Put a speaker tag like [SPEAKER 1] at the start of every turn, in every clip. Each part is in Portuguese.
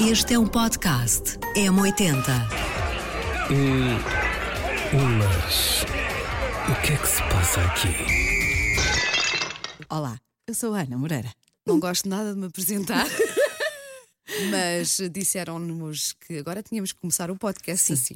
[SPEAKER 1] Este é um podcast M80.
[SPEAKER 2] Mas o que é que se passa aqui?
[SPEAKER 3] Olá, eu sou a Ana Moreira. Não gosto nada de me apresentar. Mas disseram-nos que agora tínhamos que começar o podcast assim.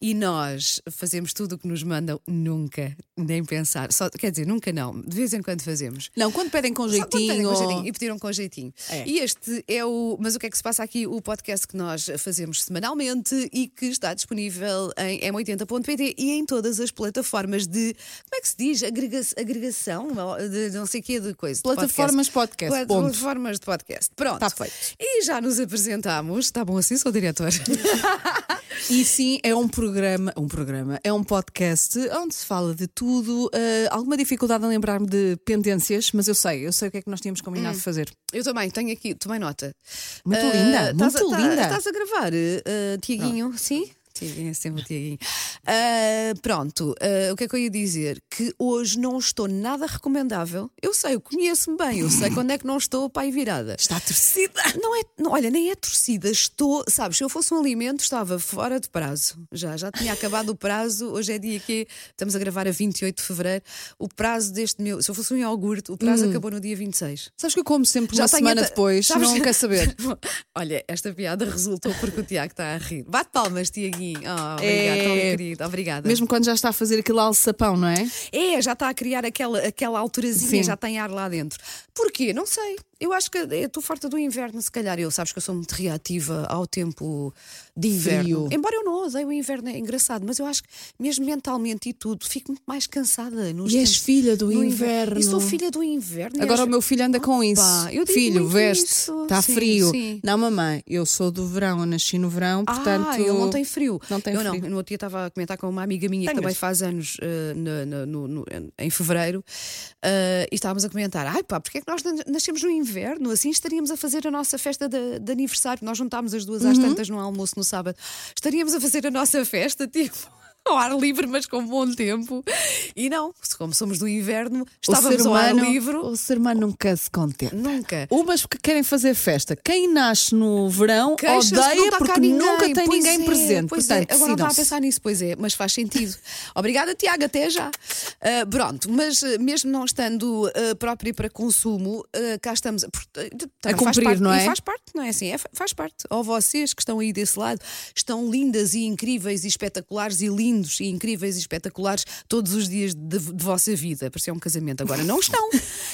[SPEAKER 3] E nós fazemos tudo o que nos mandam, nunca, nem pensar. Só, quer dizer, nunca não. De vez em quando fazemos.
[SPEAKER 4] Não, quando pedem com
[SPEAKER 3] Só quando pedem
[SPEAKER 4] um jeitinho.
[SPEAKER 3] com jeitinho. E pediram com jeitinho.
[SPEAKER 4] É.
[SPEAKER 3] E este é o. Mas o que é que se passa aqui? O podcast que nós fazemos semanalmente e que está disponível em m80.pt e em todas as plataformas de. Como é que se diz? Agrega agregação? De, não sei o quê, de coisa. de
[SPEAKER 4] Plataformas podcast, ponto.
[SPEAKER 3] Plataformas de podcast. Pronto.
[SPEAKER 4] Tá feito.
[SPEAKER 3] E já nos apresentámos. Está bom assim, sou diretor?
[SPEAKER 4] E sim, é um programa, um programa, é um podcast onde se fala de tudo. Ah, alguma dificuldade em lembrar-me de pendências, mas eu sei, eu sei o que é que nós tínhamos combinado de fazer.
[SPEAKER 3] Hum. Eu também tenho aqui, tomei nota.
[SPEAKER 4] Muito
[SPEAKER 3] Ah,
[SPEAKER 4] linda,
[SPEAKER 3] estás a-
[SPEAKER 4] muito
[SPEAKER 3] tá-
[SPEAKER 4] linda.
[SPEAKER 3] Estás a gravar, ah, Tiaguinho, sim? Tiaguinho, é sempre o Tiaguinho. Ah, pronto, ah, o que é que eu ia dizer? Que hoje não estou nada recomendável. Eu sei, eu conheço-me bem, eu sei quando é que não estou pai virada.
[SPEAKER 4] Está torcida.
[SPEAKER 3] Não é, não, olha, nem é torcida, estou, sabes, se eu fosse um alimento, estava fora de prazo. Já, já tinha acabado o prazo, hoje é dia que estamos a gravar a 28 de fevereiro. O prazo deste meu, se eu fosse um iogurte, o prazo acabou no dia 26.
[SPEAKER 4] Sabes que eu como sempre
[SPEAKER 3] Já
[SPEAKER 4] Hum. uma
[SPEAKER 3] tenho
[SPEAKER 4] semana
[SPEAKER 3] até-
[SPEAKER 4] depois,
[SPEAKER 3] sabes-
[SPEAKER 4] não quer saber.
[SPEAKER 3] Olha, esta piada resultou porque o Tiago está a rir. Bate palmas, Tiaguinho. Oh, obrigada,
[SPEAKER 4] É.
[SPEAKER 3] tão querido. Obrigada.
[SPEAKER 4] Mesmo quando já está a fazer aquele alçapão, não é?
[SPEAKER 3] É, já está a criar aquela, aquela alturazinha,
[SPEAKER 4] Sim.
[SPEAKER 3] já tem ar lá dentro. Porquê? Não sei. Eu acho que eu estou farta do inverno, se calhar. Eu sabes que eu sou muito reativa ao tempo de inverno.
[SPEAKER 4] Frio.
[SPEAKER 3] Embora eu não odeie o inverno, é engraçado, mas eu acho que mesmo mentalmente e tudo, fico muito mais cansada nos
[SPEAKER 4] E és
[SPEAKER 3] tempos-
[SPEAKER 4] filha do
[SPEAKER 3] no
[SPEAKER 4] inverno.
[SPEAKER 3] E sou filha do inverno. e
[SPEAKER 4] Agora
[SPEAKER 3] acho-
[SPEAKER 4] o meu filho anda com isso.
[SPEAKER 3] Opa, eu digo
[SPEAKER 4] filho,
[SPEAKER 3] muito
[SPEAKER 4] veste,
[SPEAKER 3] isso.
[SPEAKER 4] está
[SPEAKER 3] Sim,
[SPEAKER 4] frio.
[SPEAKER 3] sim.
[SPEAKER 4] Não, mamãe, eu sou do verão, eu nasci no verão, portanto.
[SPEAKER 3] ah, ele não tem frio.
[SPEAKER 4] Não tem
[SPEAKER 3] eu
[SPEAKER 4] frio.
[SPEAKER 3] não. No outro dia estava a comentar com uma amiga minha que também faz anos eh, na- na- no- no- em fevereiro eh, e estávamos a comentar: ai pá, porque é que nós nas- nascemos no inverno? Assim estaríamos a fazer a nossa festa de, de aniversário. Nós juntámos as duas às
[SPEAKER 4] Uhum.
[SPEAKER 3] tantas no almoço no sábado. Estaríamos a fazer a nossa festa, tipo. Ao ar livre, mas com bom tempo. E não, se como somos do inverno,
[SPEAKER 4] O ser,
[SPEAKER 3] estávamos ao ar
[SPEAKER 4] humano,
[SPEAKER 3] livre.
[SPEAKER 4] o ser humano nunca se contenta.
[SPEAKER 3] Nunca.
[SPEAKER 4] Umas porque querem fazer festa. Quem nasce no verão
[SPEAKER 3] Queixa-se que não
[SPEAKER 4] odeia
[SPEAKER 3] está cá
[SPEAKER 4] porque
[SPEAKER 3] ninguém.
[SPEAKER 4] nunca tem
[SPEAKER 3] Pois
[SPEAKER 4] ninguém
[SPEAKER 3] é,
[SPEAKER 4] presente.
[SPEAKER 3] Pois
[SPEAKER 4] Portanto,
[SPEAKER 3] é. Agora não estava a
[SPEAKER 4] decidam-se.
[SPEAKER 3] pensar nisso, pois é, mas faz sentido. Obrigada, Tiago, até já. Ah, pronto, mas ah, mesmo não estando ah, própria para consumo, ah, cá estamos. por- ah, também faz
[SPEAKER 4] cumprir,
[SPEAKER 3] parte-
[SPEAKER 4] não é?
[SPEAKER 3] E faz parte, não é assim? É, fa- faz parte. Ou vocês que estão aí desse lado estão lindas e incríveis e espetaculares e lindos e incríveis e espetaculares todos os dias de, de vossa vida. Parecia um casamento. Agora não estão.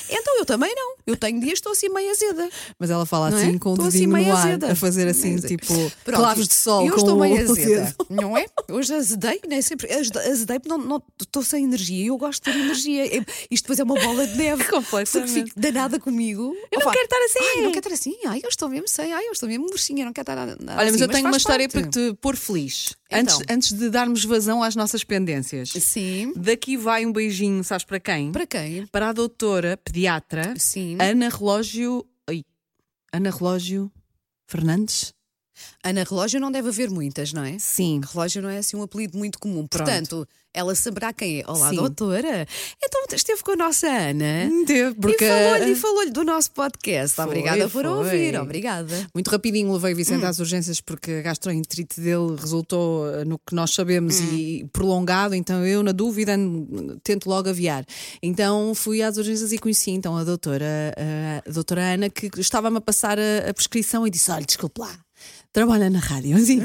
[SPEAKER 3] então eu também não. Eu tenho dias que estou assim meio azeda.
[SPEAKER 4] Mas ela fala
[SPEAKER 3] Não é?
[SPEAKER 4] assim com o
[SPEAKER 3] Estou assim
[SPEAKER 4] dedinho
[SPEAKER 3] meio
[SPEAKER 4] no ar,
[SPEAKER 3] azeda.
[SPEAKER 4] a fazer assim,
[SPEAKER 3] Meio azeda.
[SPEAKER 4] tipo
[SPEAKER 3] Pronto,
[SPEAKER 4] clavos de sol
[SPEAKER 3] eu
[SPEAKER 4] com um
[SPEAKER 3] estou
[SPEAKER 4] o
[SPEAKER 3] meio
[SPEAKER 4] o
[SPEAKER 3] azeda,
[SPEAKER 4] dedo.
[SPEAKER 3] não é? Hoje azedei, nem sempre. azede- Azedei porque não- não estou sem energia. e Eu gosto de ter energia. Eu- Isto depois é uma bola de neve. Porque
[SPEAKER 4] Completamente.
[SPEAKER 3] fico danada comigo.
[SPEAKER 4] Eu não quero estar assim.
[SPEAKER 3] Ai, eu não quero estar assim. Ai, eu estou mesmo sem. Ai, eu estou mesmo murchinha. eu Não quero estar nada
[SPEAKER 4] Olha, mas
[SPEAKER 3] assim,
[SPEAKER 4] eu tenho uma
[SPEAKER 3] faz
[SPEAKER 4] história
[SPEAKER 3] parte.
[SPEAKER 4] para te pôr feliz.
[SPEAKER 3] Então.
[SPEAKER 4] Antes, antes de darmos vazão às nossas pendências.
[SPEAKER 3] Sim.
[SPEAKER 4] Daqui vai um beijinho, sabes para quem?
[SPEAKER 3] Para quem?
[SPEAKER 4] Para a doutora pediatra
[SPEAKER 3] Sim.
[SPEAKER 4] Ana Relógio. Ai, Ana Relógio Fernandes?
[SPEAKER 3] Ana Relógio não deve haver muitas, não é?
[SPEAKER 4] Sim.
[SPEAKER 3] Relógio não é assim um apelido muito comum. Portanto, ela saberá quem é. Olá,
[SPEAKER 4] Sim. Hum,
[SPEAKER 3] doutora. Então esteve com a nossa Ana.
[SPEAKER 4] Teve, porque.
[SPEAKER 3] E falou-lhe falou do nosso podcast.
[SPEAKER 4] Foi,
[SPEAKER 3] obrigada por
[SPEAKER 4] foi.
[SPEAKER 3] ouvir, obrigada.
[SPEAKER 4] Muito rapidinho levei o
[SPEAKER 3] Hum.
[SPEAKER 4] Vicente às urgências porque a gastroenterite dele resultou eh, no que nós sabemos
[SPEAKER 3] Hum.
[SPEAKER 4] e prolongado, então eu, na dúvida, n- tento logo aviar. Então fui às urgências e conheci então a doutora, eh, a doutora Ana, que estava-me a passar a, a prescrição e disse: olha, desculpe lá. Trabalha na rádio, assim.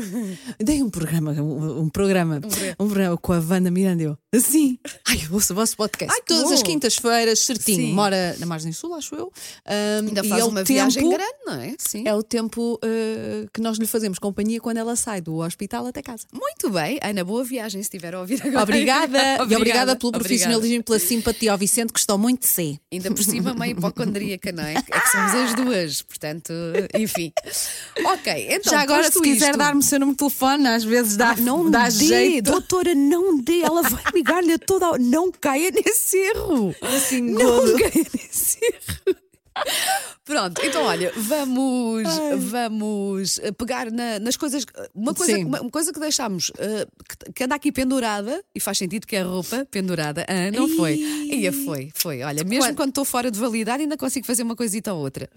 [SPEAKER 4] Dei um programa, um, um programa, um programa com a Wanda Miranda. Eu, assim. Ai, eu ouço o vosso podcast.
[SPEAKER 3] Ai, que
[SPEAKER 4] Todas as
[SPEAKER 3] bom.
[SPEAKER 4] quintas-feiras, certinho.
[SPEAKER 3] Sim.
[SPEAKER 4] Mora na Margem Sul, acho eu. Ahm,
[SPEAKER 3] Ainda
[SPEAKER 4] e
[SPEAKER 3] faz
[SPEAKER 4] ao
[SPEAKER 3] uma viagem
[SPEAKER 4] tempo-
[SPEAKER 3] grande, não é? Sim.
[SPEAKER 4] é o tempo eh, que nós lhe fazemos companhia quando ela sai do hospital até casa.
[SPEAKER 3] Muito bem, Ana, boa viagem se estiver a ouvir agora.
[SPEAKER 4] Obrigada! e obrigada pelo
[SPEAKER 3] Obrigada.
[SPEAKER 4] profissionalismo e pela simpatia ao Vicente, que estou muito de si.
[SPEAKER 3] Ainda por cima, meio hipocondríaca, não é? É que somos as duas, portanto, enfim. Ok, então.
[SPEAKER 4] Já agora, se
[SPEAKER 3] posto
[SPEAKER 4] quiser
[SPEAKER 3] isto-
[SPEAKER 4] dar-me o seu número de telefone, às vezes dá,
[SPEAKER 3] Não
[SPEAKER 4] dá
[SPEAKER 3] dê,
[SPEAKER 4] jeito.
[SPEAKER 3] doutora, não dê. Ela vai ligar-lhe a toda. a- Não caia nesse erro.
[SPEAKER 4] Assim,
[SPEAKER 3] não
[SPEAKER 4] gordo.
[SPEAKER 3] caia nesse erro. Pronto, então olha, vamos, vamos eh, pegar na- nas coisas. Uma coisa,
[SPEAKER 4] Sim.
[SPEAKER 3] uma, uma coisa que deixámos, eh, que, que anda aqui pendurada, e faz sentido que é roupa pendurada. Ah, não foi? Ia, foi, foi. Olha, mesmo quando estou fora de validade, ainda consigo fazer uma coisita ou outra.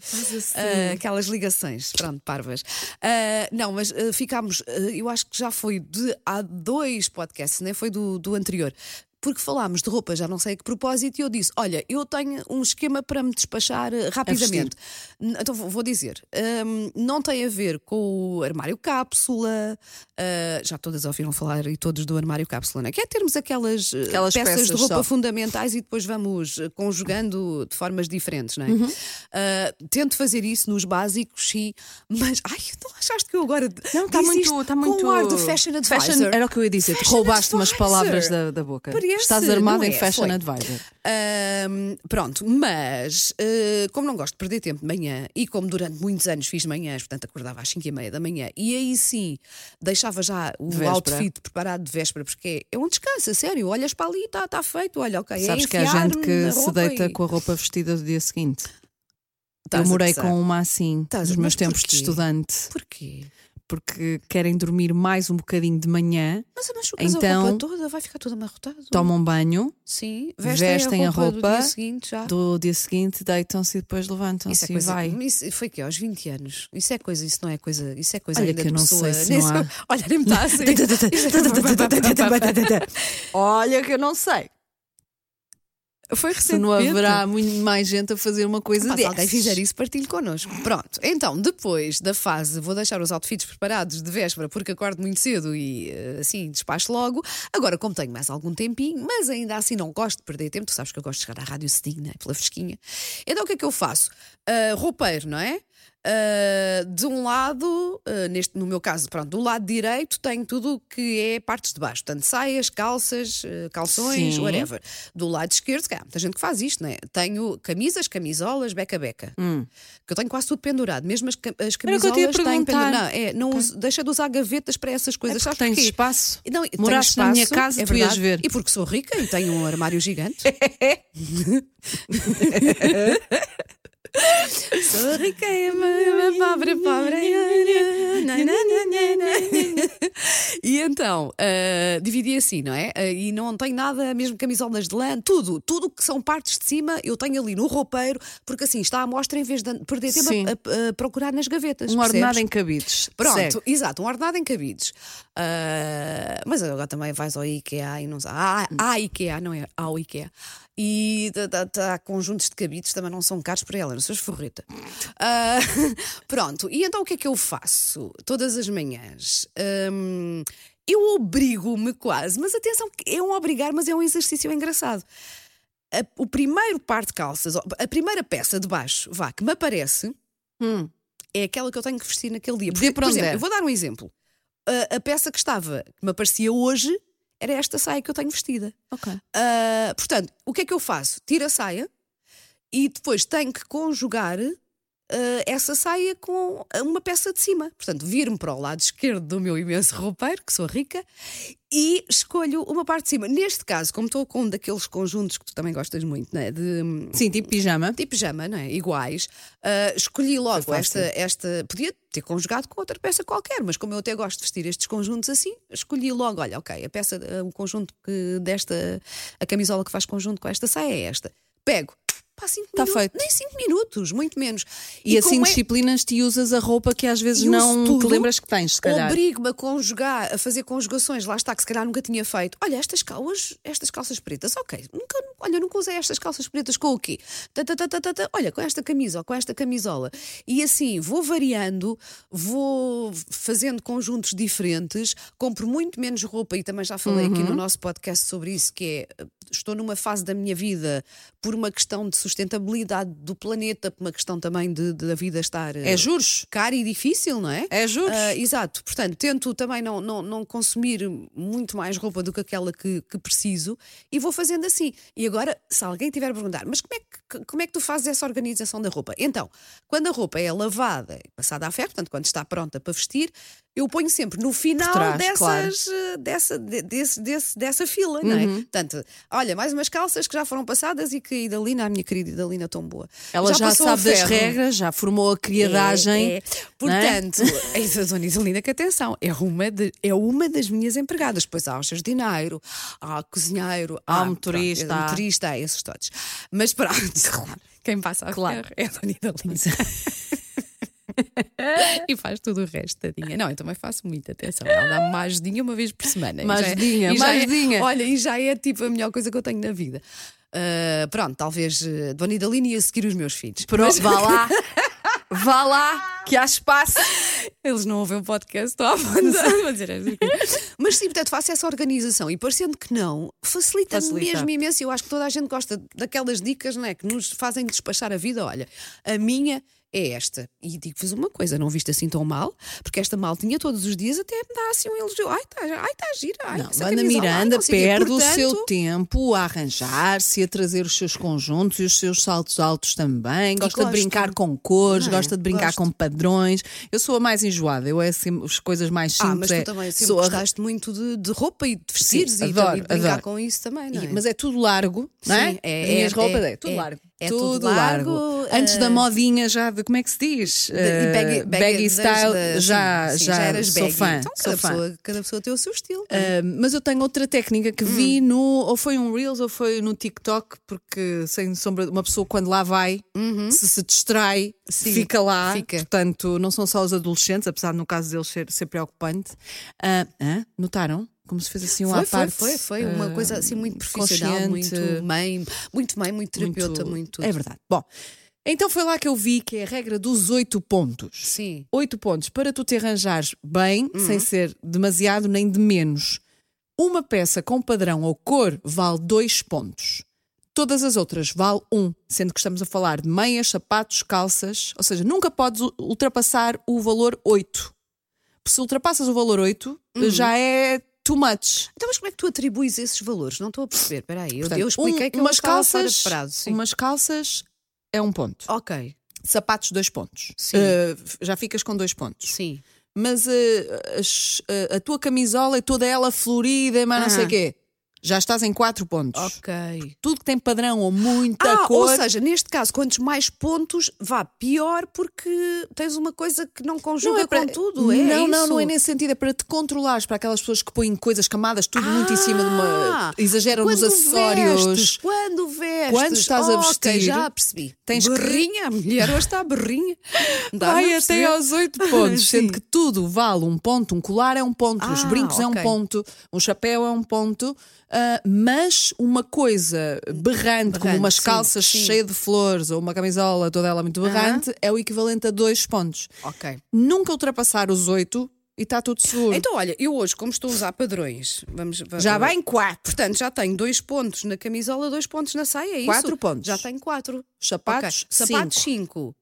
[SPEAKER 3] Ah, aquelas ligações, pronto, parvas. Ah, não, mas ah, ficámos, ah, eu acho que já foi de há dois podcasts, nem foi do, do anterior. Porque falámos de roupa, já não sei a que propósito, e eu disse: Olha, eu tenho um esquema para me despachar ah, rapidamente. N- Então vou vou dizer: hum, não tem a ver com o armário cápsula, ah, já todas ouviram falar e todos do armário cápsula, não é? Que é termos aquelas, ah,
[SPEAKER 4] Aquelas
[SPEAKER 3] peças, de
[SPEAKER 4] peças
[SPEAKER 3] roupa
[SPEAKER 4] só.
[SPEAKER 3] fundamentais e depois vamos eh, conjugando de formas diferentes, não é?
[SPEAKER 4] Uhum.
[SPEAKER 3] Ah, tento fazer isso nos básicos, sim, mas. Ai, não achaste é que eu agora.
[SPEAKER 4] Não,
[SPEAKER 3] disse
[SPEAKER 4] está Tá muito,
[SPEAKER 3] isto
[SPEAKER 4] está
[SPEAKER 3] com
[SPEAKER 4] muito.
[SPEAKER 3] o ar de fashion advisor?
[SPEAKER 4] era o que eu ia dizer.
[SPEAKER 3] Fashion
[SPEAKER 4] Roubaste umas
[SPEAKER 3] advisor.
[SPEAKER 4] palavras da, da boca.
[SPEAKER 3] Parece,
[SPEAKER 4] Estás armado
[SPEAKER 3] não
[SPEAKER 4] em
[SPEAKER 3] é?
[SPEAKER 4] fashion
[SPEAKER 3] Foi.
[SPEAKER 4] advisor.
[SPEAKER 3] Ahm, pronto, mas eh, como não gosto de perder tempo de manhã e como durante muitos anos fiz manhãs, portanto acordava às 5 e meia da manhã e aí sim deixava já o
[SPEAKER 4] véspera.
[SPEAKER 3] outfit preparado de véspera, porque é um descanso, a sério. Olhas para ali, está tá feito, olha, ok. é
[SPEAKER 4] Sabes que há gente
[SPEAKER 3] enfiar-me
[SPEAKER 4] que
[SPEAKER 3] na
[SPEAKER 4] Eh, se
[SPEAKER 3] roupa
[SPEAKER 4] deita
[SPEAKER 3] e-
[SPEAKER 4] com a roupa vestida do dia seguinte.
[SPEAKER 3] Estás a
[SPEAKER 4] eu morei
[SPEAKER 3] gozar.
[SPEAKER 4] com uma assim
[SPEAKER 3] Estás a-
[SPEAKER 4] nos meus
[SPEAKER 3] mas
[SPEAKER 4] tempos
[SPEAKER 3] porquê?
[SPEAKER 4] de estudante,
[SPEAKER 3] Porquê?
[SPEAKER 4] porque querem dormir mais um bocadinho de manhã,
[SPEAKER 3] Mas machucas
[SPEAKER 4] Então-
[SPEAKER 3] a roupa toda, vai ficar tudo amarrotado.
[SPEAKER 4] tomam um banho,
[SPEAKER 3] Sim, vestem,
[SPEAKER 4] vestem
[SPEAKER 3] a
[SPEAKER 4] a
[SPEAKER 3] roupa, do
[SPEAKER 4] roupa
[SPEAKER 3] dia seguinte já.
[SPEAKER 4] do dia seguinte deitam-se e depois
[SPEAKER 3] Isso é
[SPEAKER 4] levantam-se e
[SPEAKER 3] coisa,
[SPEAKER 4] vai.
[SPEAKER 3] isso foi que aos 20 anos. Isso é coisa, isso não é coisa, isso é coisa
[SPEAKER 4] Olha
[SPEAKER 3] ainda
[SPEAKER 4] que
[SPEAKER 3] de
[SPEAKER 4] eu não
[SPEAKER 3] pessoa.
[SPEAKER 4] sei se
[SPEAKER 3] nem
[SPEAKER 4] não há.
[SPEAKER 3] sei- Olha, nem me está assim.
[SPEAKER 4] Olha que eu não sei.
[SPEAKER 3] Foi
[SPEAKER 4] Se
[SPEAKER 3] recente.
[SPEAKER 4] não haverá muito mais gente a fazer uma coisa
[SPEAKER 3] se alguém
[SPEAKER 4] dessas.
[SPEAKER 3] fizer isso, partilhe connosco. Pronto, então, depois da fase, vou deixar os outfits preparados de véspera porque acordo muito cedo e eh, assim despacho logo. Agora, como tenho mais algum tempinho, mas ainda assim não gosto de perder tempo, tu sabes que eu gosto de chegar à rádio cedinho, né? pela fresquinha. Então, o que é que eu faço? Ah, roupeiro, não é? Ah, de um lado, ah, neste, no meu caso, pronto, do lado direito tenho tudo o que é partes de baixo, portanto, saias, calças, eh, calções,
[SPEAKER 4] Sim.
[SPEAKER 3] whatever whatever. Do lado esquerdo, cá, há muita gente que faz isto, não é? Tenho camisas, camisolas, beca-beca. Que eu tenho quase tudo pendurado. Mesmo as, ca- as
[SPEAKER 4] Hum. Era o que eu te ia
[SPEAKER 3] camisolas têm
[SPEAKER 4] perguntar. Tá.
[SPEAKER 3] pendurado. Não, é, não uso- deixa de usar gavetas para essas coisas.
[SPEAKER 4] É
[SPEAKER 3] Sabes
[SPEAKER 4] porque tens
[SPEAKER 3] Então, porquê?
[SPEAKER 4] espaço.
[SPEAKER 3] E Não, tenho
[SPEAKER 4] Moraste na minha
[SPEAKER 3] espaço,
[SPEAKER 4] casa,
[SPEAKER 3] é
[SPEAKER 4] tu ias
[SPEAKER 3] verdade.
[SPEAKER 4] ver.
[SPEAKER 3] E porque sou rica e tenho um armário gigante. sou rica e pobre, pobre. E então, ah, dividi assim, não é? Ah, e não tenho nada, mesmo camisolas de lã, tudo, tudo o que são partes de cima, eu tenho ali no roupeiro, porque assim está à mostra em vez de perder tempo
[SPEAKER 4] Sim.
[SPEAKER 3] a, a- a procurar nas gavetas.
[SPEAKER 4] Um
[SPEAKER 3] percebes?
[SPEAKER 4] ordenado em cabides.
[SPEAKER 3] Pronto,
[SPEAKER 4] Segue.
[SPEAKER 3] exato, um ordenado em cabides. Ah, mas agora também vais ao IKEA e não sei. Ah, à IKEA, não é ao IKEA. E tá- tá- tá, conjuntos de cabides também não são caros para ela, não sou esforreta. Ah, pronto, e então o que é que eu faço todas as manhãs? Hum, eu obrigo-me quase, mas atenção, que é um obrigar, mas é um exercício engraçado a- o primeiro par de calças, a primeira peça de baixo, vá, que me aparece,
[SPEAKER 4] Hum.
[SPEAKER 3] é aquela que eu tenho que vestir naquele dia.
[SPEAKER 4] Dê para
[SPEAKER 3] por
[SPEAKER 4] onde é.
[SPEAKER 3] exemplo,
[SPEAKER 4] der.
[SPEAKER 3] eu vou dar um exemplo. A, a peça que estava, que me aparecia hoje, era esta saia que eu tenho vestida.
[SPEAKER 4] Ok.
[SPEAKER 3] Ah, portanto, o que é que eu faço? Tiro a saia e depois tenho que conjugar ah, essa saia com uma peça de cima. Portanto, viro-me para o lado esquerdo do meu imenso roupeiro, que sou rica, e escolho uma parte de cima. Neste caso, como estou com um daqueles conjuntos que tu também gostas muito, não é? de hum,
[SPEAKER 4] Sim, tipo pijama.
[SPEAKER 3] tipo pijama, não é? Iguais. Ah, escolhi logo
[SPEAKER 4] Foi
[SPEAKER 3] esta,
[SPEAKER 4] fácil.
[SPEAKER 3] esta. Podia ter conjugado com outra peça qualquer, mas como eu até gosto de vestir estes conjuntos assim, escolhi logo, olha, ok, a peça, ah, o conjunto que desta. A camisola que faz conjunto com esta saia é esta. Pego. Pá, cinco
[SPEAKER 4] Tá
[SPEAKER 3] minutos.
[SPEAKER 4] feito.
[SPEAKER 3] Nem 5 minutos, muito menos.
[SPEAKER 4] E, assim
[SPEAKER 3] como é-
[SPEAKER 4] disciplinas-te e usas a roupa que às vezes
[SPEAKER 3] E uso
[SPEAKER 4] não te
[SPEAKER 3] tudo.
[SPEAKER 4] lembras que tens, se calhar.
[SPEAKER 3] Obrigo-me a conjugar, a fazer conjugações, lá está, que se calhar nunca tinha feito. Olha, estas, cal- hoje, estas calças pretas, ok. Nunca, olha, nunca usei estas calças pretas com o quê? Tá, tá, tá, tá, tá, tá. Olha, com esta camisa ou com esta camisola. E assim, vou variando, vou fazendo conjuntos diferentes, compro muito menos roupa e também já falei
[SPEAKER 4] Uhum.
[SPEAKER 3] aqui no nosso podcast sobre isso, que é. eh, Estou numa fase da minha vida por uma questão de sustentabilidade do planeta, por uma questão também de, de a vida estar eh,
[SPEAKER 4] É juros.
[SPEAKER 3] cara e difícil, não é?
[SPEAKER 4] É juros.
[SPEAKER 3] Ah, exato. Portanto, tento também não, não, não consumir muito mais roupa do que aquela que, que preciso e vou fazendo assim. E agora, se alguém tiver a perguntar, mas como é, que, como é que tu fazes essa organização da roupa? Então, quando a roupa é lavada e passada a ferro, portanto, quando está pronta para vestir, eu ponho sempre no final
[SPEAKER 4] trás,
[SPEAKER 3] dessas,
[SPEAKER 4] claro. Uhum.
[SPEAKER 3] eh, dessa, de- desse, desse- dessa fila, não é? Portanto, olha, mais umas calças que já foram passadas e que a Idalina, a minha querida Idalina, tão boa.
[SPEAKER 4] Ela já,
[SPEAKER 3] passou
[SPEAKER 4] sabe
[SPEAKER 3] a
[SPEAKER 4] das
[SPEAKER 3] ferro.
[SPEAKER 4] regras, já formou a
[SPEAKER 3] É,
[SPEAKER 4] criadagem.
[SPEAKER 3] é.
[SPEAKER 4] não é?
[SPEAKER 3] Portanto, a Dona Isolina, que atenção, é uma, de- é uma das minhas empregadas. Pois há o jardineiro, há o cozinheiro,
[SPEAKER 4] Há o
[SPEAKER 3] pronto, é
[SPEAKER 4] motorista.
[SPEAKER 3] o motorista, há esses todos. Mas pronto, quem passa a
[SPEAKER 4] Claro.
[SPEAKER 3] ferro é a Dona Idalina. e faz tudo o resto, tadinha. Não, eu também faço muita atenção. Ela dá-me uma ajudinha uma vez por semana. E já é-
[SPEAKER 4] Majudinha,
[SPEAKER 3] e já é-
[SPEAKER 4] majudinha.
[SPEAKER 3] Olha, e já é tipo a melhor coisa que eu tenho na vida. Ah, pronto, talvez eh, Dona Idalina ia seguir os meus filhos.
[SPEAKER 4] Pronto, vá lá. Vá lá, que há espaço.
[SPEAKER 3] Eles não ouvem o podcast, estou a avançar. Vou dizer é esta aqui. Mas sim, portanto, faço essa organização e parecendo que não, facilita-me
[SPEAKER 4] Facilita.
[SPEAKER 3] mesmo imenso. Eu acho que toda a gente gosta daquelas dicas não é? que nos fazem despachar a vida. Olha, a minha é esta. E digo-vos uma coisa, não viste assim tão mal, porque esta mal tinha todos os dias até me dá assim um elogio. Ai, está ai, tá gira. Ai,
[SPEAKER 4] Não,
[SPEAKER 3] essa
[SPEAKER 4] Ana
[SPEAKER 3] camisola, ai,
[SPEAKER 4] Miranda
[SPEAKER 3] não sei quê.
[SPEAKER 4] perde o
[SPEAKER 3] Portanto,
[SPEAKER 4] seu tempo a arranjar-se, a trazer os seus conjuntos e os seus saltos altos também. Gosta de
[SPEAKER 3] gosto.
[SPEAKER 4] brincar com cores,
[SPEAKER 3] Não é?
[SPEAKER 4] gosta de brincar
[SPEAKER 3] Gosto.
[SPEAKER 4] com padrões. Eu sou a mais enjoada, eu é assim, as coisas mais
[SPEAKER 3] Ah,
[SPEAKER 4] simples.
[SPEAKER 3] mas
[SPEAKER 4] é-
[SPEAKER 3] tu também sempre
[SPEAKER 4] sou a-
[SPEAKER 3] gostaste muito de, de roupa e de vestir e, de
[SPEAKER 4] adoro,
[SPEAKER 3] brincar
[SPEAKER 4] adoro.
[SPEAKER 3] com isso também, não é?
[SPEAKER 4] E- mas é tudo largo, não é?
[SPEAKER 3] Sim, é,
[SPEAKER 4] As minhas
[SPEAKER 3] é,
[SPEAKER 4] roupas é,
[SPEAKER 3] é,
[SPEAKER 4] tudo
[SPEAKER 3] é,
[SPEAKER 4] largo.
[SPEAKER 3] é tudo largo,
[SPEAKER 4] Antes
[SPEAKER 3] eh,
[SPEAKER 4] da modinha já de como é que se diz? Eh,
[SPEAKER 3] E baggy, baggy
[SPEAKER 4] style,
[SPEAKER 3] das-
[SPEAKER 4] já,
[SPEAKER 3] sim, sim,
[SPEAKER 4] já,
[SPEAKER 3] eras
[SPEAKER 4] sou
[SPEAKER 3] baggy.
[SPEAKER 4] fã.
[SPEAKER 3] Então,
[SPEAKER 4] sou
[SPEAKER 3] cada,
[SPEAKER 4] fã.
[SPEAKER 3] Pessoa, cada pessoa tem o seu estilo. é?
[SPEAKER 4] Ah, mas eu tenho outra técnica que vi
[SPEAKER 3] Hum.
[SPEAKER 4] no. Ou foi um Reels ou foi no TikTok, porque sem sombra. de- Uma pessoa quando lá vai, se se distrai,
[SPEAKER 3] Uhum. Sim,
[SPEAKER 4] fica lá.
[SPEAKER 3] fica.
[SPEAKER 4] Portanto, não são só os adolescentes, apesar de no caso deles ser, ser preocupante. Ah, hã? notaram? Como se fez assim um à
[SPEAKER 3] foi, foi,
[SPEAKER 4] parte.
[SPEAKER 3] foi, foi uma
[SPEAKER 4] ah,
[SPEAKER 3] coisa assim muito profissional,
[SPEAKER 4] consciente,
[SPEAKER 3] muito mãe, muito mãe, muito terapeuta, muito.
[SPEAKER 4] É verdade. Bom, então foi lá que eu vi que é a regra dos oito pontos.
[SPEAKER 3] Sim.
[SPEAKER 4] oito pontos para tu te arranjares bem,
[SPEAKER 3] Uhum.
[SPEAKER 4] sem ser demasiado nem de menos. Uma peça com padrão ou cor vale dois pontos. Todas as outras vale um, sendo que estamos a falar de meias, sapatos, calças, ou seja, nunca podes u- ultrapassar o valor 8. Se ultrapassas o valor 8,
[SPEAKER 3] Uhum.
[SPEAKER 4] já é too much.
[SPEAKER 3] Então, mas como é que tu atribuis esses valores? Não estou a perceber. Espera aí, eu,
[SPEAKER 4] Portanto,
[SPEAKER 3] eu expliquei
[SPEAKER 4] um-
[SPEAKER 3] que eu
[SPEAKER 4] umas
[SPEAKER 3] estava fora
[SPEAKER 4] calças,
[SPEAKER 3] de prazo. Sim.
[SPEAKER 4] umas calças é um ponto.
[SPEAKER 3] Ok,
[SPEAKER 4] Sapatos, dois pontos.
[SPEAKER 3] Sim.
[SPEAKER 4] Eh, já ficas com dois pontos.
[SPEAKER 3] sim.
[SPEAKER 4] mas eh, as- eh, a tua camisola é toda ela florida, mas não sei o
[SPEAKER 3] Aham.
[SPEAKER 4] quê. Já estás em 4 pontos.
[SPEAKER 3] Ah. Ok.
[SPEAKER 4] Tudo que tem padrão ou muita
[SPEAKER 3] Ah,
[SPEAKER 4] cor.
[SPEAKER 3] ou seja, neste caso, quantos mais pontos, vá pior porque tens uma coisa que não conjuga com tudo. É
[SPEAKER 4] não,
[SPEAKER 3] isso?
[SPEAKER 4] não, não é nesse sentido. É para te controlares, para aquelas pessoas que põem coisas camadas, tudo muito em cima de uma.
[SPEAKER 3] Ah,
[SPEAKER 4] Exageram nos
[SPEAKER 3] quando
[SPEAKER 4] acessórios.
[SPEAKER 3] vestes, quando vestes.
[SPEAKER 4] Quando estás a
[SPEAKER 3] Ok,
[SPEAKER 4] vestir,
[SPEAKER 3] já percebi.
[SPEAKER 4] tens que-
[SPEAKER 3] berrinha, a mulher hoje está berrinha. Dá, não
[SPEAKER 4] Vai
[SPEAKER 3] percebi.
[SPEAKER 4] até aos 8 pontos,
[SPEAKER 3] Sim.
[SPEAKER 4] sendo que tudo vale um ponto, um colar é um ponto, os
[SPEAKER 3] Ah,
[SPEAKER 4] brincos é um
[SPEAKER 3] ok.
[SPEAKER 4] ponto, um chapéu é um ponto, ah, mas uma coisa berrante, como
[SPEAKER 3] Berrante,
[SPEAKER 4] umas
[SPEAKER 3] sim,
[SPEAKER 4] calças
[SPEAKER 3] sim.
[SPEAKER 4] cheias de flores ou uma camisola toda ela muito berrante, é o equivalente a dois pontos.
[SPEAKER 3] Ok.
[SPEAKER 4] Nunca ultrapassar os 8 e está tudo seguro.
[SPEAKER 3] Então, olha, eu hoje, como estou a usar padrões, vamos. va-
[SPEAKER 4] Já vai em 4.
[SPEAKER 3] Portanto, já tenho dois pontos na camisola, dois pontos na saia, é isso?
[SPEAKER 4] Quatro pontos.
[SPEAKER 3] Já tenho quatro.
[SPEAKER 4] Sapatos,
[SPEAKER 3] Ok. Sapatos,
[SPEAKER 4] cinco.
[SPEAKER 3] cinco.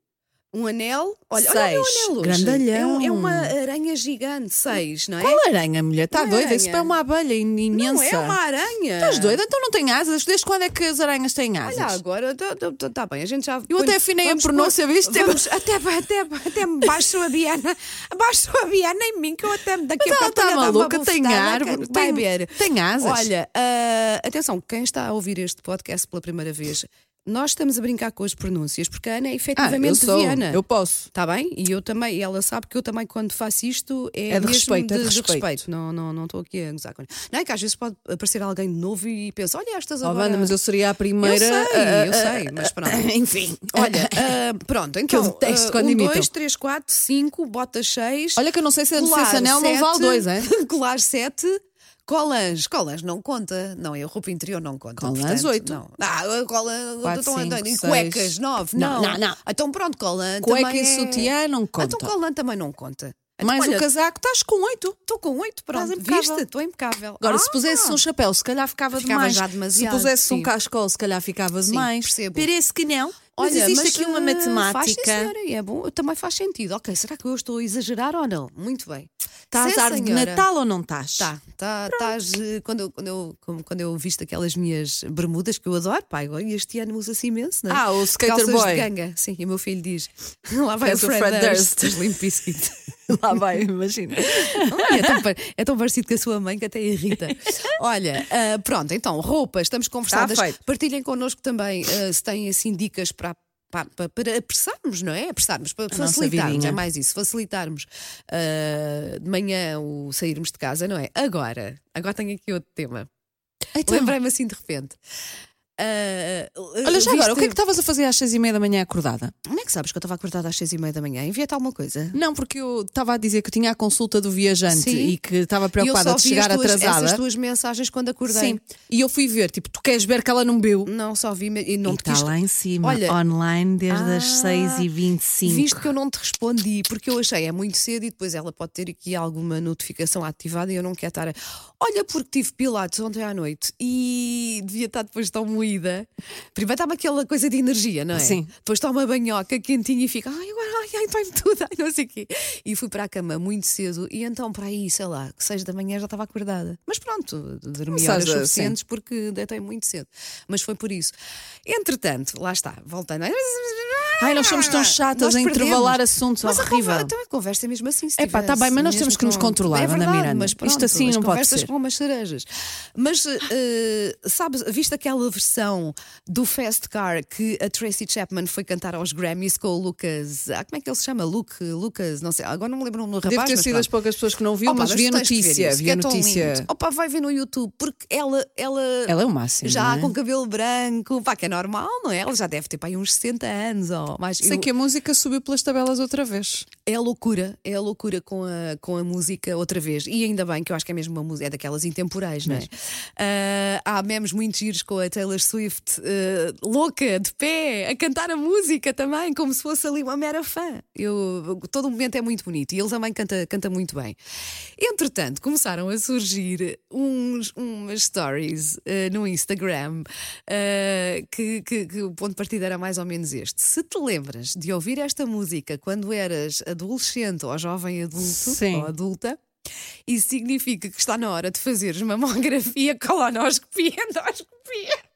[SPEAKER 3] Um anel. Olha, olha o meu
[SPEAKER 4] Seis.
[SPEAKER 3] anel hoje.
[SPEAKER 4] Grandalhão.
[SPEAKER 3] É, um- é uma aranha gigante, seis, não é?
[SPEAKER 4] Qual aranha, mulher? Está
[SPEAKER 3] Uma
[SPEAKER 4] doida?
[SPEAKER 3] aranha.
[SPEAKER 4] Isso é uma abelha in- imensa.
[SPEAKER 3] Não é uma aranha.
[SPEAKER 4] Estás doida? Então não tem asas? Desde quando é que as aranhas têm asas?
[SPEAKER 3] Olha, agora está
[SPEAKER 4] tá
[SPEAKER 3] bem, a gente já.
[SPEAKER 4] Eu até afinei a pronúncia, viste?
[SPEAKER 3] Vamos, até, até, até me baixo a Biana, baixo a Biana em mim, que eu até me daqui
[SPEAKER 4] Mas
[SPEAKER 3] a
[SPEAKER 4] ela
[SPEAKER 3] pouco
[SPEAKER 4] tá
[SPEAKER 3] lhe dá uma
[SPEAKER 4] maluca, tem
[SPEAKER 3] bufetada,
[SPEAKER 4] árvore,
[SPEAKER 3] que vai
[SPEAKER 4] tem-
[SPEAKER 3] ver.
[SPEAKER 4] tem asas.
[SPEAKER 3] Olha, ah, atenção, quem está a ouvir este podcast pela primeira vez, nós estamos a brincar com as pronúncias, porque a Ana é
[SPEAKER 4] Ah, eu
[SPEAKER 3] efetivamente
[SPEAKER 4] sou,
[SPEAKER 3] Viana.
[SPEAKER 4] eu posso.
[SPEAKER 3] Está bem? E eu também, e ela sabe que eu também, quando faço isto, é,
[SPEAKER 4] É de
[SPEAKER 3] mesmo
[SPEAKER 4] respeito, é de respeito.
[SPEAKER 3] Não estou não, estou aqui a gozar com Não é que às vezes pode aparecer alguém novo e pensa: olha, estas
[SPEAKER 4] Oh,
[SPEAKER 3] agora.
[SPEAKER 4] Wanda, mas eu seria a primeira.
[SPEAKER 3] Eu sei,
[SPEAKER 4] a- a-
[SPEAKER 3] eu sei, mas pronto.
[SPEAKER 4] Enfim,
[SPEAKER 3] Olha, ah, pronto, então.
[SPEAKER 4] eu detesto
[SPEAKER 3] ah,
[SPEAKER 4] quando
[SPEAKER 3] um,
[SPEAKER 4] imitam.
[SPEAKER 3] dois, três, quatro, cinco, bota seis.
[SPEAKER 4] Olha que eu não sei se a
[SPEAKER 3] colar
[SPEAKER 4] licença anel não
[SPEAKER 3] sete,
[SPEAKER 4] vale dois, hein?
[SPEAKER 3] Colar sete. Colange, colange não conta, não, é roupa interior não conta.
[SPEAKER 4] Colange,
[SPEAKER 3] portanto,
[SPEAKER 4] oito.
[SPEAKER 3] Não. Ah, colange,
[SPEAKER 4] Quatro,
[SPEAKER 3] então, então,
[SPEAKER 4] cinco,
[SPEAKER 3] e
[SPEAKER 4] seis.
[SPEAKER 3] cuecas, nove,
[SPEAKER 4] Não,
[SPEAKER 3] não.
[SPEAKER 4] não, não.
[SPEAKER 3] Então pronto, colange.
[SPEAKER 4] Cueca
[SPEAKER 3] também
[SPEAKER 4] e
[SPEAKER 3] é-
[SPEAKER 4] sutiã não
[SPEAKER 3] Ah, Então
[SPEAKER 4] conta.
[SPEAKER 3] colange também não conta. Então,
[SPEAKER 4] Mais
[SPEAKER 3] olha,
[SPEAKER 4] o casaco, estás com oito.
[SPEAKER 3] Estou com oito, pronto,
[SPEAKER 4] Estás impecável.
[SPEAKER 3] viste? Estou impecável.
[SPEAKER 4] Agora, se
[SPEAKER 3] Ah,
[SPEAKER 4] pusesse um chapéu, se calhar ficava,
[SPEAKER 3] Ficava
[SPEAKER 4] demais.
[SPEAKER 3] já
[SPEAKER 4] se
[SPEAKER 3] demasiado,
[SPEAKER 4] pusesse um
[SPEAKER 3] sim.
[SPEAKER 4] cascol, se calhar ficava demais.
[SPEAKER 3] percebo.
[SPEAKER 4] Parece que não. Mas
[SPEAKER 3] Olha,
[SPEAKER 4] existe
[SPEAKER 3] mas,
[SPEAKER 4] aqui uma
[SPEAKER 3] eh, Faz, sim,
[SPEAKER 4] matemática.
[SPEAKER 3] senhora, e é bom, também faz sentido. Ok, será que eu estou a exagerar ou não? Muito bem.
[SPEAKER 4] Estás
[SPEAKER 3] Sim,
[SPEAKER 4] árvore de
[SPEAKER 3] senhora.
[SPEAKER 4] Natal ou não estás?
[SPEAKER 3] Tá, tá, estás. eh, Quando eu, quando, eu, como- quando eu visto aquelas minhas bermudas que eu adoro, pá, agora, e este ano usa-se imenso, não é?
[SPEAKER 4] Ah, o skater
[SPEAKER 3] Calças
[SPEAKER 4] boy.
[SPEAKER 3] de ganga. Sim, e o meu filho diz: Lá vai
[SPEAKER 4] És
[SPEAKER 3] o
[SPEAKER 4] o
[SPEAKER 3] Fred,
[SPEAKER 4] Fred
[SPEAKER 3] Durst,
[SPEAKER 4] Durst.
[SPEAKER 3] dos Limp Bizkit."
[SPEAKER 4] Lá vai, imagina.
[SPEAKER 3] Ai, é, tão, par- é tão parecido com a sua mãe que até irrita. Olha, ah, pronto, então, roupas, estamos conversadas.
[SPEAKER 4] Tá feito.
[SPEAKER 3] Partilhem connosco também ah, se têm assim dicas para. pa- pa- Para, apressarmos, não é? Apressarmos, para
[SPEAKER 4] nossa
[SPEAKER 3] facilitarmos,
[SPEAKER 4] vidinha.
[SPEAKER 3] é mais isso, facilitarmos ah, de manhã o sairmos de casa, não é? Agora, agora tenho aqui outro tema.
[SPEAKER 4] Então.
[SPEAKER 3] Lembrei-me assim de repente. Ah,
[SPEAKER 4] Olha, já agora, o que é que
[SPEAKER 3] viste-
[SPEAKER 4] estavas a fazer às seis e meia da manhã acordada?
[SPEAKER 3] Como é que sabes que eu estava acordada às seis e meia da manhã? Envia-te alguma coisa?
[SPEAKER 4] Não, porque eu estava a dizer que tinha a consulta do viajante
[SPEAKER 3] Sim.
[SPEAKER 4] e que
[SPEAKER 3] E
[SPEAKER 4] estava
[SPEAKER 3] eu
[SPEAKER 4] preocupada
[SPEAKER 3] só
[SPEAKER 4] de
[SPEAKER 3] vi
[SPEAKER 4] chegar
[SPEAKER 3] as tuas,
[SPEAKER 4] atrasada.
[SPEAKER 3] Essas tuas mensagens quando acordei.
[SPEAKER 4] Sim. E eu fui ver, tipo, tu queres ver que ela não bebeu?
[SPEAKER 3] Não, só vi me- e não
[SPEAKER 4] e
[SPEAKER 3] te
[SPEAKER 4] está
[SPEAKER 3] quis.
[SPEAKER 4] lá em cima,
[SPEAKER 3] Olha-
[SPEAKER 4] online desde
[SPEAKER 3] Ah,
[SPEAKER 4] as 6h25.
[SPEAKER 3] Visto que eu não te respondi, porque eu achei é muito cedo e depois ela pode ter aqui alguma notificação ativada e eu não quero estar. A... Olha, porque tive Pilates ontem à noite e devia estar depois tão moída. Primeiro estava aquela coisa de energia, não é?
[SPEAKER 4] Sim.
[SPEAKER 3] Depois toma banhoca quentinha e fica, ai, agora, ai, ai, dói-me tudo, ai, não sei o quê. E fui para a cama muito cedo e então para aí, sei lá, que seis da manhã já estava acordada. Mas pronto, dormi
[SPEAKER 4] Sabes,
[SPEAKER 3] horas
[SPEAKER 4] eh, sim.
[SPEAKER 3] suficientes. antes porque deitei muito cedo. Mas foi por isso. Entretanto, lá está, voltando.
[SPEAKER 4] Ai, nós somos tão chatas
[SPEAKER 3] Nós
[SPEAKER 4] em
[SPEAKER 3] perdemos.
[SPEAKER 4] intervalar assuntos,
[SPEAKER 3] mas a
[SPEAKER 4] horrível.
[SPEAKER 3] conver- Então a conversa é mesmo assim. se
[SPEAKER 4] Epá, tá
[SPEAKER 3] tivesse,
[SPEAKER 4] bem, mas nós
[SPEAKER 3] mesmo
[SPEAKER 4] temos que nos controlar,
[SPEAKER 3] é
[SPEAKER 4] Ana
[SPEAKER 3] verdade,
[SPEAKER 4] Miranda.
[SPEAKER 3] Mas
[SPEAKER 4] Isto
[SPEAKER 3] pronto,
[SPEAKER 4] assim
[SPEAKER 3] as
[SPEAKER 4] não pode
[SPEAKER 3] conversas
[SPEAKER 4] ser.
[SPEAKER 3] com umas cerejas. Mas, eh, sabes, viste aquela versão do Fast Car que a Tracy Chapman foi cantar aos Grammys com o Lucas. Ah, como é que ele se chama? Luke, Lucas, não sei. Agora não me lembro o nome do rapaz.
[SPEAKER 4] Deve ter
[SPEAKER 3] mas
[SPEAKER 4] sido
[SPEAKER 3] pronto.
[SPEAKER 4] as poucas pessoas que não viu,
[SPEAKER 3] Opa,
[SPEAKER 4] mas vi a
[SPEAKER 3] tu Oh, tens que ver
[SPEAKER 4] notícia.
[SPEAKER 3] isso,
[SPEAKER 4] Vi
[SPEAKER 3] que
[SPEAKER 4] a
[SPEAKER 3] é tão lindo.
[SPEAKER 4] notícia.
[SPEAKER 3] Opa, vai ver no YouTube, porque ela. Ela,
[SPEAKER 4] Ela é o máximo.
[SPEAKER 3] já
[SPEAKER 4] não é?
[SPEAKER 3] com cabelo branco, pá, que é normal, não é? Ela já deve ter pá, aí uns 60 anos ou mais.
[SPEAKER 4] Sei
[SPEAKER 3] Eu-
[SPEAKER 4] que a música subiu pelas tabelas outra vez.
[SPEAKER 3] É a loucura, é a loucura com a, com a música outra vez. E ainda bem que eu acho que é mesmo uma música, é daquelas intemporais, não é? Ah, há memes muito giros com a Taylor Swift ah, louca, de pé, a cantar a música também, como se fosse ali uma mera fã. Eu, todo o momento é muito bonito e ele também canta, canta muito bem. Entretanto, começaram a surgir uns, umas stories ah, no Instagram ah, que, que- que o ponto de partida era mais ou menos este. Se te lembras de ouvir esta música quando eras adolescente ou jovem adulto
[SPEAKER 4] Sim.
[SPEAKER 3] ou adulta, isso significa que está na hora de fazeres mamografia, colonoscopia, endoscopia.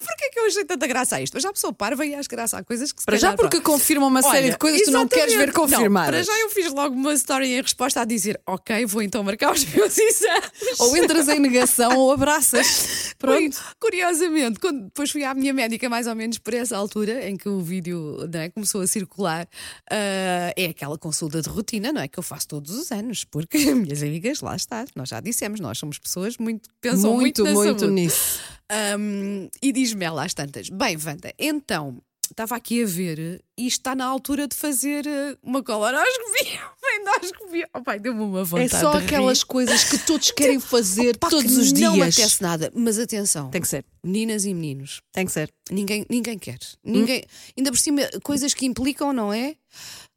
[SPEAKER 3] Porquê que eu achei tanta graça a isto? Mas já a pessoa parva e acho graça a coisas que se
[SPEAKER 4] Para já,
[SPEAKER 3] calhar,
[SPEAKER 4] porque
[SPEAKER 3] pronto.
[SPEAKER 4] confirma uma série
[SPEAKER 3] Olha,
[SPEAKER 4] de coisas que tu não queres ver
[SPEAKER 3] exatamente. Não, para
[SPEAKER 4] confirmadas.
[SPEAKER 3] já eu fiz logo uma story em resposta a dizer: Ok, vou então marcar os meus exames.
[SPEAKER 4] Ou entras em negação ou abraças. Pronto.
[SPEAKER 3] Curi- Curiosamente, quando depois fui à minha médica, mais ou menos por essa altura em que o vídeo né, começou a circular, ah, é aquela consulta de rotina, não é? Que eu faço todos os anos, porque, minhas amigas, lá está, nós já dissemos, nós somos pessoas muito que pensam muito,
[SPEAKER 4] Muito,
[SPEAKER 3] na
[SPEAKER 4] muito
[SPEAKER 3] saúde.
[SPEAKER 4] nisso.
[SPEAKER 3] Um, e diz-me ela às tantas: Bem, Wanda, então, estava aqui a ver e está na altura de fazer eh, uma colonoscopia, uma endoscopia. Oh, pai, deu-me uma
[SPEAKER 4] É
[SPEAKER 3] vontade.
[SPEAKER 4] só
[SPEAKER 3] de rir.
[SPEAKER 4] aquelas coisas que todos querem fazer
[SPEAKER 3] Pá, que
[SPEAKER 4] todos os
[SPEAKER 3] Não me
[SPEAKER 4] dias.
[SPEAKER 3] apetece nada, mas atenção,
[SPEAKER 4] Tem que ser,
[SPEAKER 3] meninas e meninos,
[SPEAKER 4] tem que ser.
[SPEAKER 3] ninguém, ninguém quer. Ninguém, Ainda por cima, coisas que implicam, não é?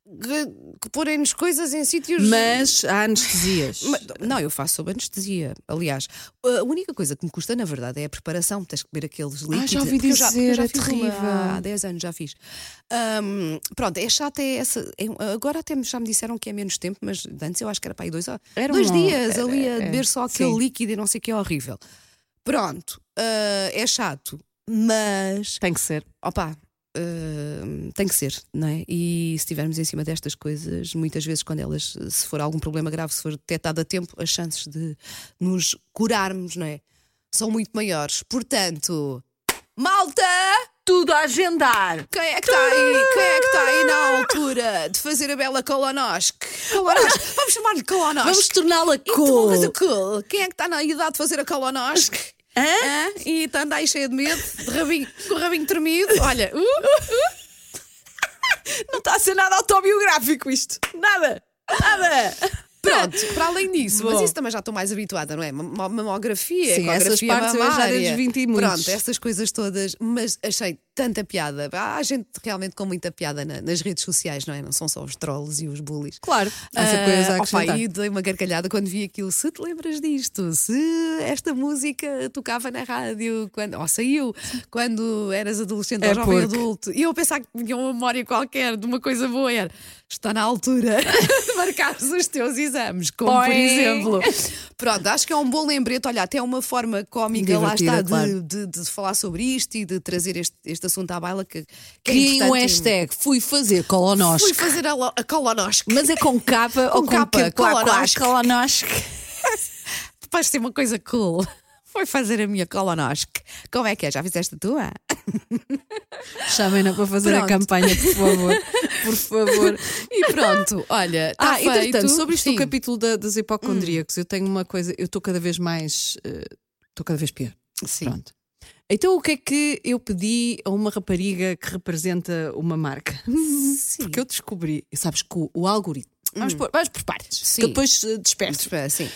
[SPEAKER 3] Que, que porem-nos coisas em sítios.
[SPEAKER 4] Hum? Mas há anestesias.
[SPEAKER 3] Ma- Não, eu faço sob anestesia. Aliás, a única coisa que me custa, na verdade, é a preparação. Tens que beber aqueles líquidos.
[SPEAKER 4] Ah, já ouvi
[SPEAKER 3] Porque eu já- porque eu
[SPEAKER 4] dizer,
[SPEAKER 3] já
[SPEAKER 4] é
[SPEAKER 3] fiz
[SPEAKER 4] terrível.
[SPEAKER 3] uma há 10 anos já fiz. Ahm, pronto, é chato. É essa, é- agora até me- já me disseram que é menos tempo, mas antes eu acho que era para aí dois,
[SPEAKER 4] Era
[SPEAKER 3] dois
[SPEAKER 4] um-
[SPEAKER 3] dias
[SPEAKER 4] é-
[SPEAKER 3] ali a
[SPEAKER 4] é-
[SPEAKER 3] beber só aquele
[SPEAKER 4] sim.
[SPEAKER 3] líquido e não sei o que é horrível. Pronto, ah, é chato, mas
[SPEAKER 4] Tem que ser.
[SPEAKER 3] opa, hum, tem que ser, não é? E se estivermos em cima destas coisas, muitas vezes, quando elas, se for algum problema grave, se for detectado a tempo, as chances de nos curarmos, não é? São muito maiores. Portanto, malta!
[SPEAKER 4] Tudo a agendar.
[SPEAKER 3] Quem é que está aí? Quem é que está aí na altura de fazer a bela colonosc? Colonosc. Vamos chamar-lhe colonosc.
[SPEAKER 4] Vamos torná-la
[SPEAKER 3] Então, uma coisa
[SPEAKER 4] cool.
[SPEAKER 3] cool. Quem é que está na idade de fazer a colonosc? Hã? E está andar aí cheia de medo, de rabinho, com o rabinho tremido. Olha, uh,
[SPEAKER 4] Não está a ser nada autobiográfico isto. Nada. Nada.
[SPEAKER 3] Pronto, para além disso, mas
[SPEAKER 4] Bom.
[SPEAKER 3] isso também já estou mais habituada, não é? Mam- Mamografia,
[SPEAKER 4] Sim, essas
[SPEAKER 3] ecografia
[SPEAKER 4] partes eu já
[SPEAKER 3] mamária.
[SPEAKER 4] desde 20 e muitos.
[SPEAKER 3] Pronto, essas coisas todas, mas achei tanta piada. Há gente realmente com muita piada na- nas redes sociais, não é? Não são só os trolls e os bullies.
[SPEAKER 4] Claro, há sempre coisas a
[SPEAKER 3] Ah, opa,
[SPEAKER 4] acrescentar.
[SPEAKER 3] e dei uma gargalhada quando vi aquilo. Se te lembras disto, se esta música tocava na rádio, quando, ou saiu quando eras adolescente
[SPEAKER 4] É
[SPEAKER 3] ou jovem
[SPEAKER 4] porque.
[SPEAKER 3] adulto, e eu a pensar que tinha uma memória qualquer de uma coisa boa, era está na altura de marcares os teus exames, como por
[SPEAKER 4] Pois.
[SPEAKER 3] exemplo. Pronto, acho que é um bom lembrete. Olha, até uma forma cómica
[SPEAKER 4] Divertida,
[SPEAKER 3] lá está de-
[SPEAKER 4] claro.
[SPEAKER 3] de, de falar sobre isto e de trazer este, este assunto à baila que, que
[SPEAKER 4] Criem
[SPEAKER 3] é
[SPEAKER 4] um
[SPEAKER 3] importante.
[SPEAKER 4] hashtag, fui fazer colonosc.
[SPEAKER 3] Fui fazer a, lo- a colonosc.
[SPEAKER 4] Mas é com capa ou com
[SPEAKER 3] capa,
[SPEAKER 4] que- com a- com a-
[SPEAKER 3] colonosc.
[SPEAKER 4] colonosc.
[SPEAKER 3] Vais ser uma coisa cool. Foi fazer a minha colonosc. Como é que é? Já fizeste a tua?
[SPEAKER 4] Chamem-na para fazer a
[SPEAKER 3] Pronto.
[SPEAKER 4] campanha, por favor. Por favor.
[SPEAKER 3] E pronto, olha, está
[SPEAKER 4] Ah,
[SPEAKER 3] feito.
[SPEAKER 4] entretanto, sobre isto
[SPEAKER 3] Sim. Hum.
[SPEAKER 4] do capítulo da- dos hipocondríacos, eu tenho uma coisa, eu estou cada vez mais. eh, Estou cada vez pior.
[SPEAKER 3] Sim.
[SPEAKER 4] Pronto. Então o que é que eu pedi a uma rapariga que representa uma marca?
[SPEAKER 3] Sim. Hum.
[SPEAKER 4] Porque eu descobri, sabes que o, o algoritmo. Vamos, por, vamos por partes,
[SPEAKER 3] Sim.
[SPEAKER 4] que depois eh, disperso.
[SPEAKER 3] Espera, Sim.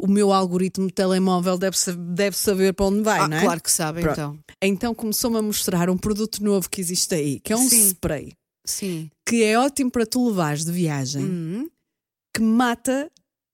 [SPEAKER 4] O meu algoritmo de telemóvel deve, sa- deve saber para onde vai,
[SPEAKER 3] Ah,
[SPEAKER 4] não é?
[SPEAKER 3] Claro que sabem,
[SPEAKER 4] Pronto.
[SPEAKER 3] então.
[SPEAKER 4] Então começou-me a mostrar um produto novo que existe aí, que é um
[SPEAKER 3] Sim.
[SPEAKER 4] spray,
[SPEAKER 3] Sim.
[SPEAKER 4] que é ótimo para tu levares de viagem,
[SPEAKER 3] Hum.
[SPEAKER 4] que mata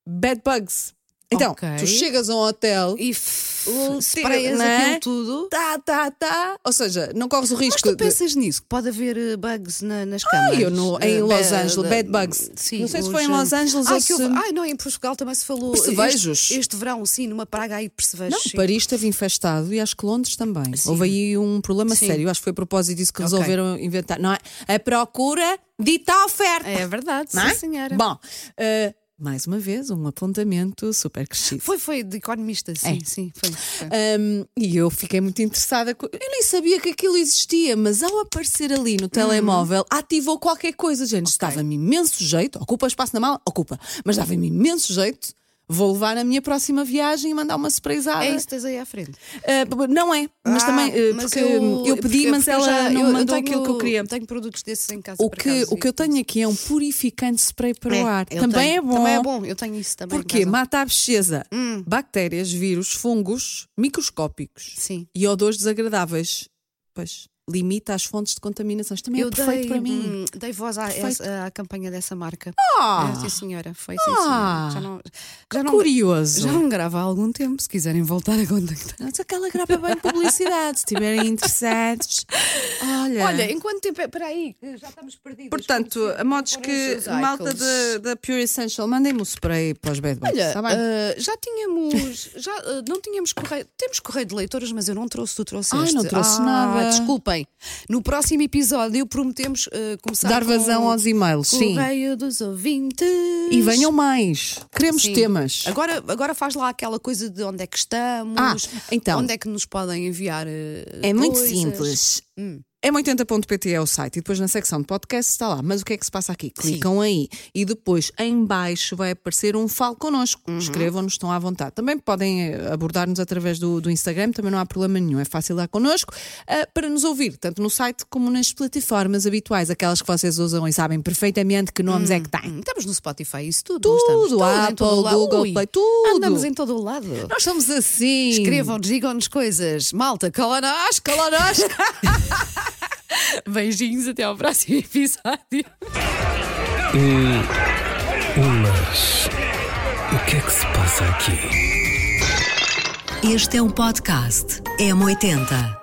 [SPEAKER 4] bad bugs. Então,
[SPEAKER 3] Ok.
[SPEAKER 4] tu chegas a um hotel e
[SPEAKER 3] E f-
[SPEAKER 4] Ou
[SPEAKER 3] sprayas
[SPEAKER 4] ter, não é?
[SPEAKER 3] aquilo tudo.
[SPEAKER 4] tá, tá, tá. Ou seja, não corres o
[SPEAKER 3] Mas
[SPEAKER 4] risco
[SPEAKER 3] tu
[SPEAKER 4] de.
[SPEAKER 3] pensas nisso, que pode haver eh, bugs na- nas câmaras.
[SPEAKER 4] eu no- em
[SPEAKER 3] Eh,
[SPEAKER 4] Los
[SPEAKER 3] ba-
[SPEAKER 4] Angeles,
[SPEAKER 3] da-
[SPEAKER 4] bad bugs.
[SPEAKER 3] Sim,
[SPEAKER 4] Não sei se
[SPEAKER 3] os,
[SPEAKER 4] foi em
[SPEAKER 3] eh,
[SPEAKER 4] Los Angeles
[SPEAKER 3] ah,
[SPEAKER 4] ou
[SPEAKER 3] que
[SPEAKER 4] se-
[SPEAKER 3] houve- ah, não, em Portugal também se falou.
[SPEAKER 4] Percevejos.
[SPEAKER 3] Este, este verão, sim, numa praga aí de percevejos.
[SPEAKER 4] Não,
[SPEAKER 3] sim.
[SPEAKER 4] Paris esteve infestado e acho que Londres também. Houve aí um problema
[SPEAKER 3] Sim.
[SPEAKER 4] sério. Acho que foi a propósito disso que
[SPEAKER 3] Ok.
[SPEAKER 4] resolveram inventar. Não é? A procura dita à oferta.
[SPEAKER 3] É verdade,
[SPEAKER 4] não é?
[SPEAKER 3] sim, senhora.
[SPEAKER 4] Bom, eh, mais uma vez, um apontamento super crescido.
[SPEAKER 3] Foi, foi, de economista, sim,
[SPEAKER 4] É.
[SPEAKER 3] sim. Foi, foi.
[SPEAKER 4] Um, e eu fiquei muito interessada. co- Eu nem sabia que aquilo existia, mas ao aparecer ali no telemóvel, ativou qualquer coisa, gente. Isto Dava-me imenso jeito, ocupa espaço na mala, ocupa, mas dava-me imenso jeito. Vou levar na minha próxima viagem e mandar uma surpresada.
[SPEAKER 3] É isso que tens aí à frente.
[SPEAKER 4] Uh, não é, mas
[SPEAKER 3] Ah,
[SPEAKER 4] também uh,
[SPEAKER 3] mas
[SPEAKER 4] porque eu, pedi,
[SPEAKER 3] porque-
[SPEAKER 4] mas
[SPEAKER 3] porque eu
[SPEAKER 4] ela
[SPEAKER 3] já-
[SPEAKER 4] não
[SPEAKER 3] eu- eu
[SPEAKER 4] mandou
[SPEAKER 3] tenho-
[SPEAKER 4] aquilo que eu queria.
[SPEAKER 3] Tenho produtos desses em casa.
[SPEAKER 4] O
[SPEAKER 3] por
[SPEAKER 4] que,
[SPEAKER 3] acaso,
[SPEAKER 4] o que eu tenho aqui é um purificante spray para
[SPEAKER 3] É,
[SPEAKER 4] o ar.
[SPEAKER 3] eu
[SPEAKER 4] Também
[SPEAKER 3] tenho.
[SPEAKER 4] é bom. Hum.
[SPEAKER 3] Também é bom, eu tenho isso também. em
[SPEAKER 4] Porque
[SPEAKER 3] casa.
[SPEAKER 4] mata a abscesa, bactérias, vírus, fungos microscópicos
[SPEAKER 3] Sim.
[SPEAKER 4] e odores desagradáveis. Pois, limita as fontes de contaminações. Também é
[SPEAKER 3] Eu
[SPEAKER 4] perfeito
[SPEAKER 3] dei,
[SPEAKER 4] para mim.
[SPEAKER 3] hum, dei voz à,
[SPEAKER 4] Perfeito.
[SPEAKER 3] essa- à campanha dessa marca.
[SPEAKER 4] Ah,
[SPEAKER 3] É, sim, senhora, foi sim,
[SPEAKER 4] Ah.
[SPEAKER 3] senhora. Já não, já não,
[SPEAKER 4] curioso.
[SPEAKER 3] já não gravo há algum tempo, se quiserem voltar a contactar.
[SPEAKER 4] Mas aquela grava bem publicidade, se estiverem interessados. Olha,
[SPEAKER 3] Olha, em quanto tempo é? Espera aí, que já estamos perdidos.
[SPEAKER 4] portanto, a modos
[SPEAKER 3] Foram
[SPEAKER 4] que
[SPEAKER 3] os seus
[SPEAKER 4] malta da- da Pure Essential, mandem-me o spray para os bad boys.
[SPEAKER 3] Olha,
[SPEAKER 4] está bem?
[SPEAKER 3] ah, já tínhamos. Já, ah, não tínhamos correio. Temos correio de leitoras, mas eu não trouxe, tu trouxeste.
[SPEAKER 4] Ai, não trouxe
[SPEAKER 3] Ah,
[SPEAKER 4] nada.
[SPEAKER 3] Desculpem. No próximo episódio prometemos ah, começar
[SPEAKER 4] Dar
[SPEAKER 3] com
[SPEAKER 4] vazão aos e-mails, sim.
[SPEAKER 3] Correio dos ouvintes.
[SPEAKER 4] E venham mais. Queremos
[SPEAKER 3] Sim.
[SPEAKER 4] temas.
[SPEAKER 3] Agora, agora faz lá aquela coisa de onde é que estamos,
[SPEAKER 4] Ah, então.
[SPEAKER 3] onde é que nos podem enviar. eh,
[SPEAKER 4] É muito
[SPEAKER 3] coisas. Hum.
[SPEAKER 4] simples. É 80.pt é o site e depois na secção de podcast está lá. Mas o que é que se passa aqui? Clicam aí e depois em baixo vai aparecer um falo connosco.
[SPEAKER 3] Uhum.
[SPEAKER 4] Escrevam-nos, estão à vontade. Também podem eh, abordar-nos através do, do Instagram, também não há problema nenhum. É fácil dar connosco ah, para nos ouvir, tanto no site como nas plataformas habituais, aquelas que vocês usam e sabem perfeitamente que nomes é que têm.
[SPEAKER 3] Hum, Estamos no Spotify, isso tudo. não estamos?
[SPEAKER 4] Tudo,
[SPEAKER 3] Tudo, em
[SPEAKER 4] Apple,
[SPEAKER 3] todo o lado.
[SPEAKER 4] Google
[SPEAKER 3] Ui,
[SPEAKER 4] Play, tudo.
[SPEAKER 3] Andamos em todo o lado.
[SPEAKER 4] Nós somos assim.
[SPEAKER 3] Escrevam-nos, digam-nos coisas. Malta, cola nós, cola nós. Beijinhos, até ao próximo episódio.
[SPEAKER 2] Umas. O que é que se passa aqui?
[SPEAKER 1] Este é um podcast M80.